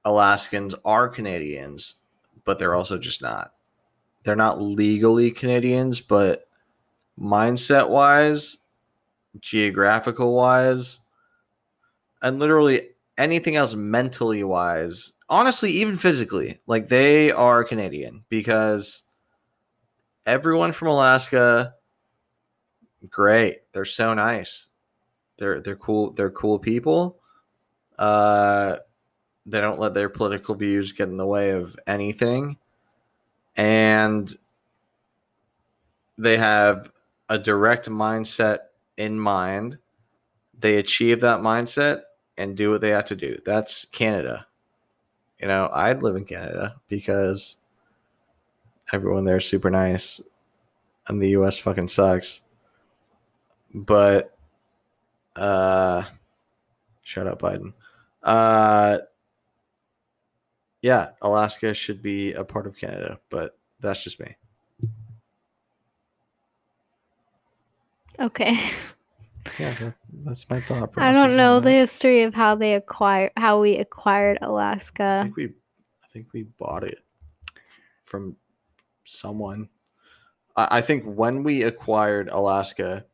Alaskans are Canadians, but they're also just not. They're not legally Canadians, but mindset wise, geographical wise, and literally anything else mentally wise. Honestly, even physically, like they are Canadian because everyone from Alaska, great. They're so nice. They're they're cool. They're cool people. Uh, they don't let their political views get in the way of anything, and they have a direct mindset in mind. They achieve that mindset and do what they have to do. That's Canada. You know, I'd live in Canada because everyone there is super nice and the US fucking sucks. But uh shut up Biden. Uh yeah, Alaska should be a part of Canada, but that's just me.
Okay.
Yeah, that, that's my thought
I
process.
don't know
on
the
that.
history of how they acquire how we acquired
I
Alaska.
think we I think we bought it from someone. I, I think when we acquired Alaska,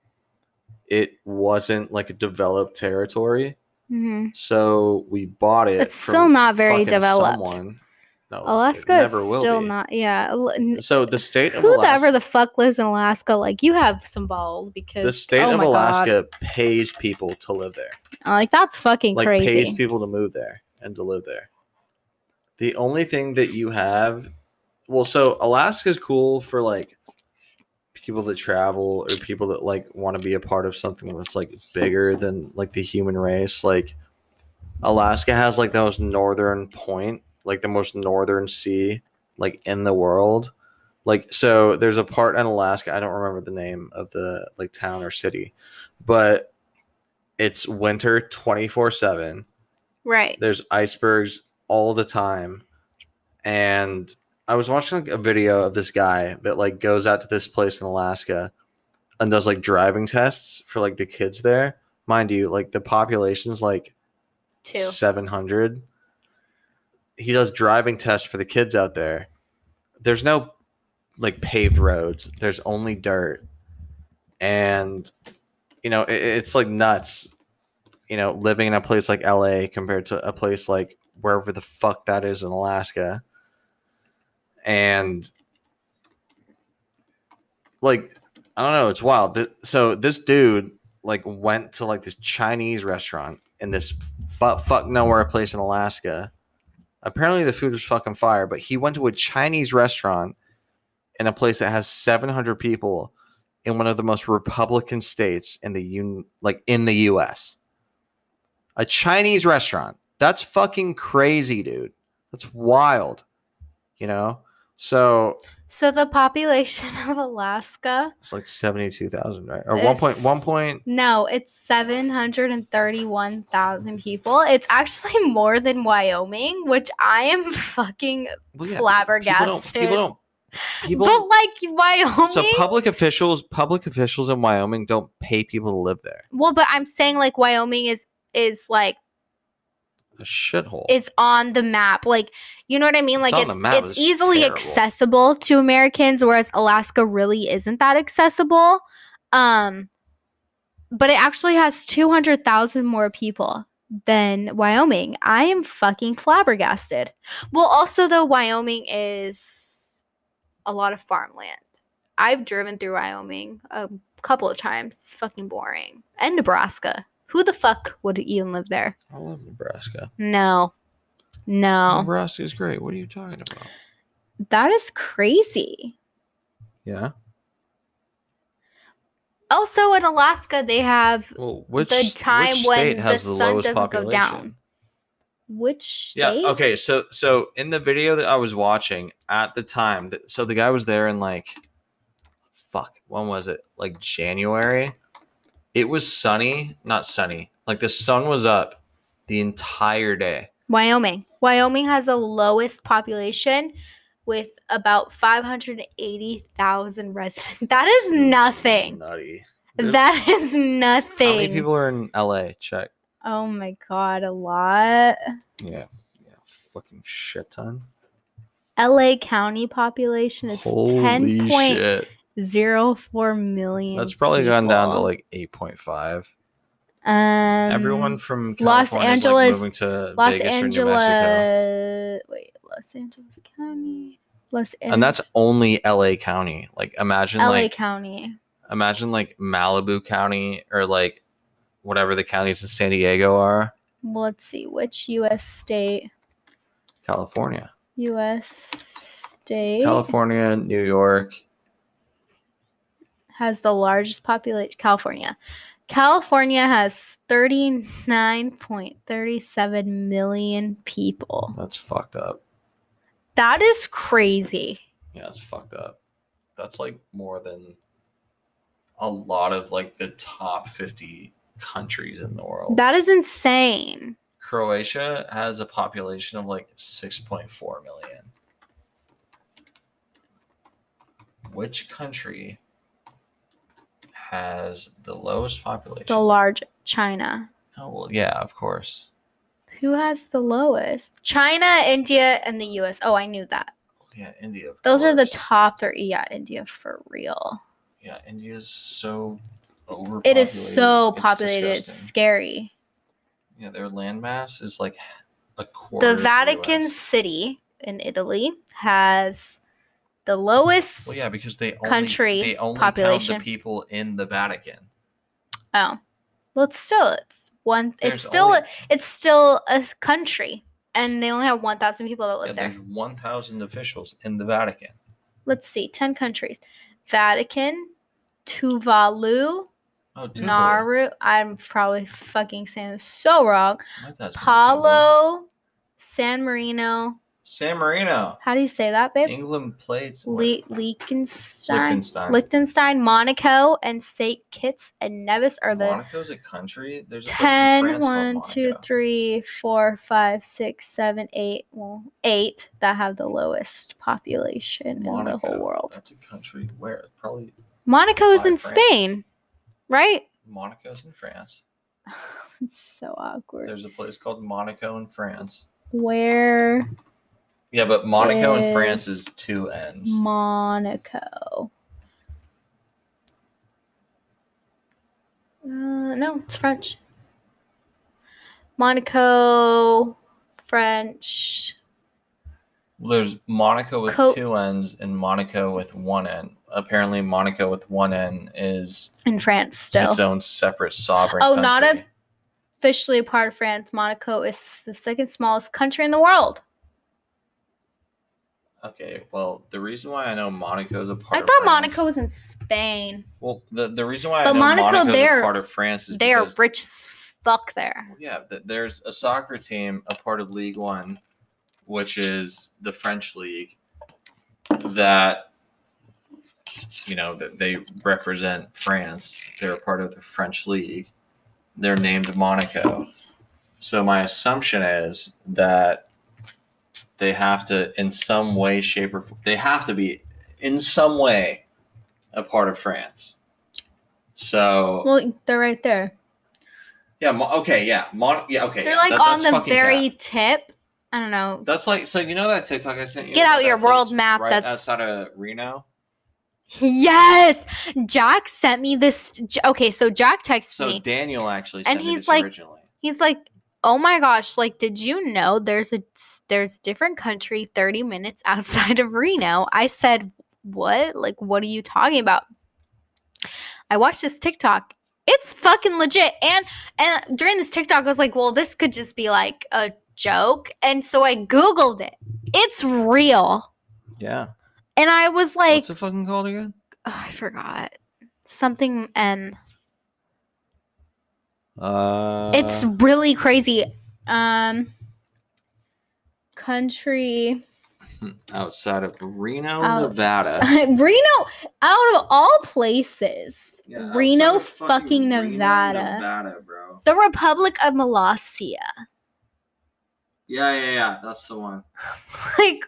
it wasn't like a developed territory.
Mhm.
So we bought it.
It's
from
still not very
fucking
developed.
someone. No, it's- it
Alaska is
never will
still
be.
not. Yeah. al- n-
So the state of
Whoever
Alaska,
the fuck lives in Alaska, like you have some balls because
the state
oh
of
my God.
Alaska pays people to live there.
I'm like that's fucking
like pays
crazy.
people to move there and to live there. The only thing that you have, well, so Alaska's cool for like people that travel or people that like want to be a part of something that's like bigger than like the human race. Like Alaska has like the most northern point, like the most northern sea, like in the world. Like so, there's a part in Alaska. I don't remember the name of the like town or city, but it's winter twenty four seven
right.
there's icebergs all the time and i was watching like a video of this guy that like goes out to this place in alaska and does like driving tests for like the kids there mind you like the population's like
Too.
700 he does driving tests for the kids out there there's no like paved roads there's only dirt and you know it, it's like nuts you know living in a place like la compared to a place like wherever the fuck that is in alaska and like i don't know it's wild Th- so this dude like went to like this chinese restaurant in this but fuck nowhere place in Alaska. Apparently the food was fucking fire, but he went to a Chinese restaurant in a place that has 700 people in one of the most Republican states in the un- like in the US. A Chinese restaurant. That's fucking crazy, dude. That's wild. You know? So
So the population of Alaska.
it's like 72,000, right? Or
It's-
1.1 point
No, it's 731,000 people. It's actually more than Wyoming, which I am fucking.
well, yeah,
flabbergasted.
People don't, people don't people
but like Wyoming.
So public officials, public officials in Wyoming don't pay people to live there.
well, but I'm saying like Wyoming is is like
A shithole.
is on the map. Like, you know what I mean? Like
on
it's
the map,
it's,
it's
easily
terrible.
accessible to Americans, whereas Alaska really isn't that accessible. Um, but it actually has two hundred thousand more people than Wyoming. I am fucking flabbergasted. Well, also though, Wyoming is a lot of farmland. I've driven through Wyoming a couple of times. It's fucking boring. And Nebraska. Who the fuck would even live there?
I love Nebraska.
No. No.
Nebraska is great. What are you talking about?
That is crazy.
Yeah.
Also in Alaska they have
Well, which
The
s-
time
which
when
state
the
has
sun
lowest
doesn't go
population?
down. which
Yeah.
state?
Okay. So so in the video that I was watching at the time, th- so the guy was there in like, fuck, when was it? Like January. It was sunny, not sunny. Like the sun was up the entire day.
Wyoming. Wyoming has the lowest population with about 580,000 residents. That is nothing.
Nutty. There's
That is nothing.
How many people are in LA? Check.
oh my god, a lot.
Yeah. Yeah. Fucking shit ton.
LA County population is
Holy
10. point
shit.
0.04 million.
That's probably gone down to
people.
like 8.5.
um,
Everyone from California
Los
is, like,
Angeles-
moving to
Los
Vegas or New Mexico.
Angeles. Wait, Los Angeles County. Los Angeles.
And that's only LA County. Like imagine
LA
like
County.
imagine like Malibu County or like whatever the counties in San Diego are,
Well, let's see. Which U.S. state?
California.
U.S. state
California, New York.
has the largest population. California. California has 39.37 million people.
That's fucked up.
That is crazy.
Yeah, it's fucked up. That's like more than a lot of like the top 50 countries in the world.
That is insane.
Croatia has a population of like 6.4 million. Which country has the lowest population?
The large China.
oh, well, yeah, of course.
Who has the lowest? China, India, and the U.S. Oh, I knew that.
Yeah, India. of
Those are the
course.
top three. Yeah, India for real.
Yeah, India's so overpopulated.
It is so
It's
populated. It's,
disgusting.
scary.
Yeah, their landmass is like a quarter.
The
of
Vatican
US.
City in Italy has the lowest.
Well, yeah, because they only,
country
they only
population.
count the people in the Vatican.
Oh, well, it's still it's one.
There's
it's still
only-
it's still a country, and they only have one thousand people that live
yeah,
there.
there's 1,000 officials in the Vatican.
Let's see, ten countries: Vatican, Tuvalu,
Oh, Tuvalu.
Nauru. I'm probably fucking saying this so wrong.
My dad's from Tuvalu.
Palo, San Marino.
San Marino.
How do you say that, babe?
England played. somewhere.
Le- Liechtenstein,
Liechtenstein.
Liechtenstein, Monaco, and St. Kitts and Nevis are the
Monaco's a country. There's a place in
10,
France called
1, 2,
Monaco.
3, 4, 5, 6, 7, 8, well, 8 that have the lowest population in the
Monaco.
whole world.
That's a country where probably
Monaco is
by
in
France.
Spain, right?
Monaco's in France.
so awkward.
There's a place called Monaco in France.
Where
Yeah, but Monaco in
Is
France is two N's.
Monaco? Uh, no, it's French. Monaco, French.
There's Monaco with
Co-
two N's and Monaco with one N. Apparently, Monaco with one N is
In France, still.
its own separate sovereign.
Oh, not a-
country.
officially a part of France, Monaco is the second smallest country in the world.
Okay, well, the reason why I know Monaco's a part.
I
of
thought
France-
Monaco was in Spain.
Well, the, the reason why I
But
know
Monaco,
Monaco's
they're-
a part of France is
They are
because-
rich as fuck there.
yeah, th- there's a soccer team, a part of League One, which is the French league, that you know that they represent France. They're a part of the French league. They're named Monaco. So my assumption is that they have to, in some way, shape, or f- they have to be, in some way, a part of France. So
Well, they're right there.
yeah. Mo- okay. Yeah. Mon- yeah. Okay.
They're
yeah,
like
that-
on
that's
the
fucking
very
bad.
tip. I don't know.
That's like so. You know that TikTok I sent you.
Get out
about
your
that
world
place
map
Right
that's-
outside of Reno.
Yes, Jack sent me this. J- Okay, so Jack texted
So
me.
Daniel actually.
And
sent me
he's
this
like-
originally.
He's like, "Oh my gosh! Like, did you know there's a there's a different country 30 minutes outside of Reno?" I said, "What? Like, what are you talking about?" I watched this TikTok. It's fucking legit. And and during this TikTok, I was like, "Well, this could just be like a joke." And so I googled it. It's real.
Yeah.
And I was like,
What's it fucking called again?
oh, I forgot something M.
Uh.
it's really crazy um country
outside of Reno,
out-
Nevada.
reno out of all places
Yeah, outside
reno
of
fucking
Reno,
nevada
Nevada, bro.
the republic of molossia
Yeah, yeah, yeah. That's the one.
like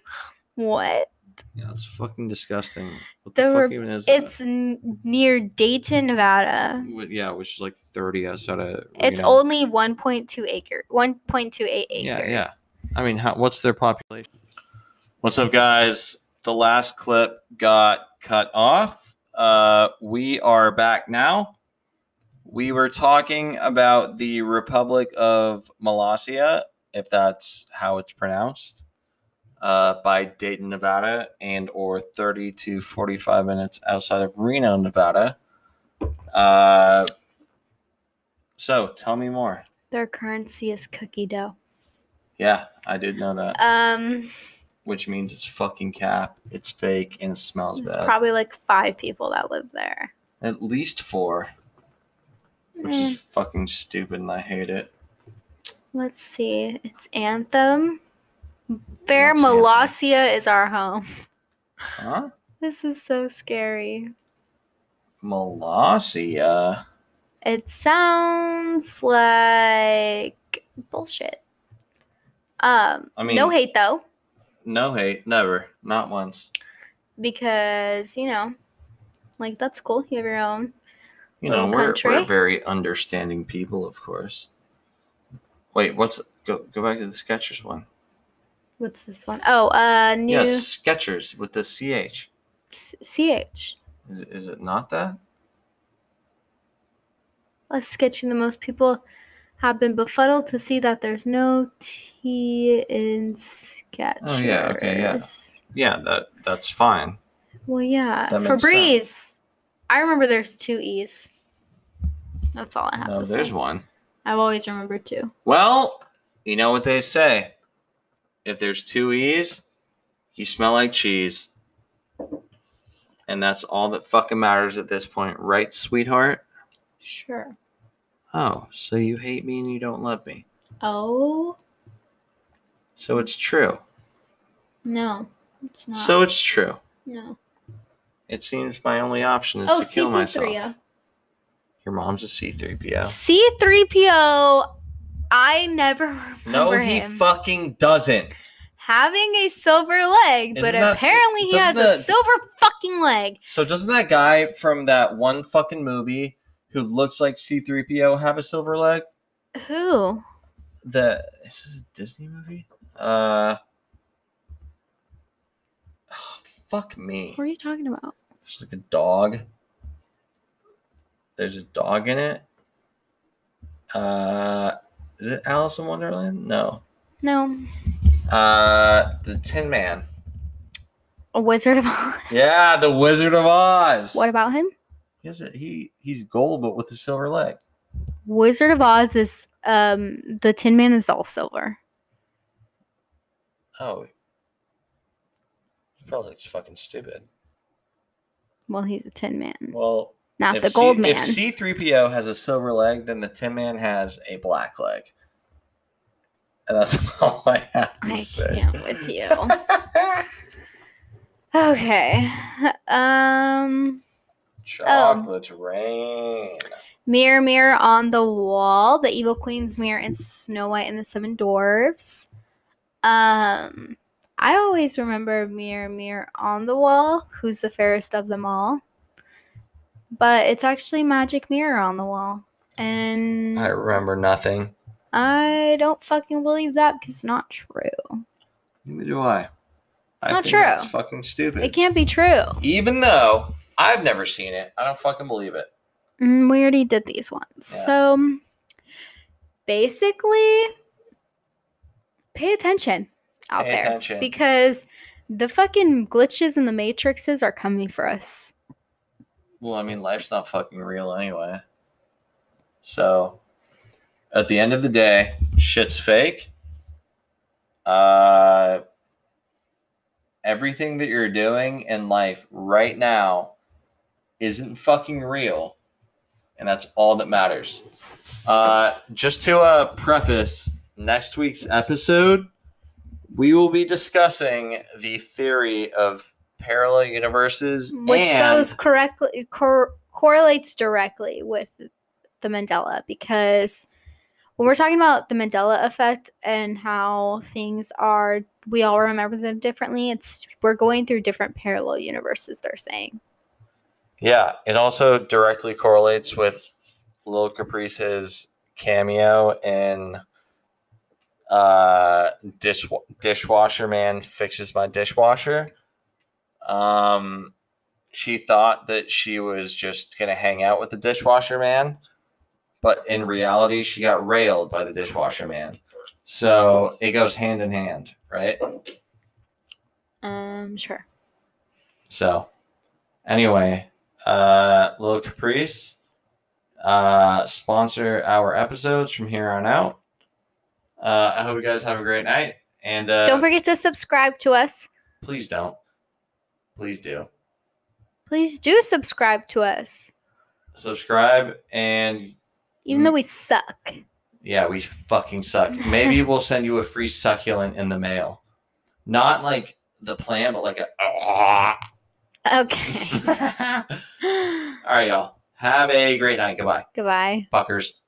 what
Yeah, it's fucking disgusting. What
The
the, fuck
re-
even is that?
it's n- near dayton nevada
Wh- Yeah, which is like thirty outside of.
it's
Reno.
only 1.2 acre 1.28 acres
Yeah, yeah. I mean, how, what's their population? What's up, guys? The last clip got cut off. Uh, we are back now. We were talking about the Republic of Molossia, if that's how it's pronounced, uh, by Dayton, Nevada, and or 30 to 45 minutes outside of Reno, Nevada. Uh, so tell me more.
Their currency is cookie dough.
Yeah, I did know that,
Um,
which means it's fucking cap, it's fake, and it smells
there's
bad.
probably like five people that live there.
At least four, which
Mm.
is fucking stupid, and I hate it.
Let's see. It's Anthem. Fair
What's Anthem?
Molossia is our home.
Huh?
This is so scary.
Molossia.
It sounds like bullshit. Um,
I mean,
no hate though,
No hate, never, not once.
because you know, like that's cool. You have your own.
You know,
Little
we're, we're
country.
very understanding people, of course. Wait, what's go go back to the Skechers one?
What's this one? Oh, uh, new
Yes, Skechers with the ch.
ch.
Is it- is it not that?
Less sketching the most people have been befuddled to see that there's no T in sketch.
Oh, yeah, okay, yeah. Yeah, that that's fine.
Well, yeah.
That makes
Febreze. I remember there's two E's. That's all I have
No,
to
there's
say.
one.
I've always remembered two.
Well, you know what they say. If there's two E's, you smell like cheese. And that's all that fucking matters at this point, right, sweetheart?
Sure.
Oh, so you hate me and you don't love me.
Oh
So it's true.
no, it's not.
So it's true.
no.
It seems my only option is
Oh,
to kill myself.
C3PO.
Your mom's a C3PO.
C3PO. I never remember
No, he
him
fucking doesn't.
having a silver leg, but
Isn't that-
apparently he has
doesn't
a
that-
silver fucking leg.
So doesn't that guy from that one fucking movie who looks like C3PO have a silver leg?
Who?
The is this a Disney movie? Uh oh, fuck me.
What are you talking about?
There's like a dog. There's a dog in it. Uh is it Alice in Wonderland? No.
No,
Uh the Tin Man.
a Wizard of Oz.
Yeah, the Wizard of Oz.
What about him?
He has a- he he's gold but with a silver leg.
Wizard of Oz is um the Tin Man is all silver.
Oh. He probably looks fucking stupid.
Well, he's a Tin Man,
Well,
not
if
the
C-
Gold Man.
If C3PO has a silver leg, then the Tin Man has a black leg. And that's all I have to
I
say.
can't with you. okay. Um, Oh.
Chocolate rain.
mirror, mirror on the wall, the evil queen's mirror, and Snow White and the Seven Dwarfs. Um, I always remember mirror, mirror on the wall. Who's the fairest of them all? But it's actually magic mirror on the wall, and
I remember nothing.
I don't fucking believe that because it's not true.
Neither do I. It's
not
think
true.
That's fucking stupid.
It can't be true.
Even though I've never seen it, I don't fucking believe it.
Mm, we already did these ones.
Yeah.
So mm, basically, pay attention out
Pay
there
attention.
because the fucking glitches and the matrixes are coming for us.
Well, I mean, life's not fucking real anyway. So, at the end of the day, shit's fake. Uh, everything that you're doing in life right now isn't fucking real. And that's all that matters. Uh, just to uh, preface next week's episode, we will be discussing the theory of parallel universes,
Which
and-
goes correctly cor- correlates directly with the Mandela because when we're talking about the Mandela effect and how things are, we all remember them differently. It's we're going through different parallel universes. They're saying
Yeah, it also directly correlates with Lil Caprice's cameo in uh, dish dishwasher man fixes my dishwasher. Um, she thought that she was just going to hang out with the dishwasher man, but in reality, she got railed by the dishwasher man. So it goes hand in hand, right?
Um, sure.
So, anyway, uh, Little Caprice, uh, sponsor our episodes from here on out. Uh, I hope you guys have a great night. And uh,
Don't forget to subscribe to us.
please don't. Please do.
Please do subscribe to us,
Subscribe and
even though we suck.
yeah, we fucking suck. Maybe we'll send you a free succulent in the mail. Not like the plant, but like a.
Okay.
All right, y'all. Have a great night. Goodbye,
Goodbye.
fuckers.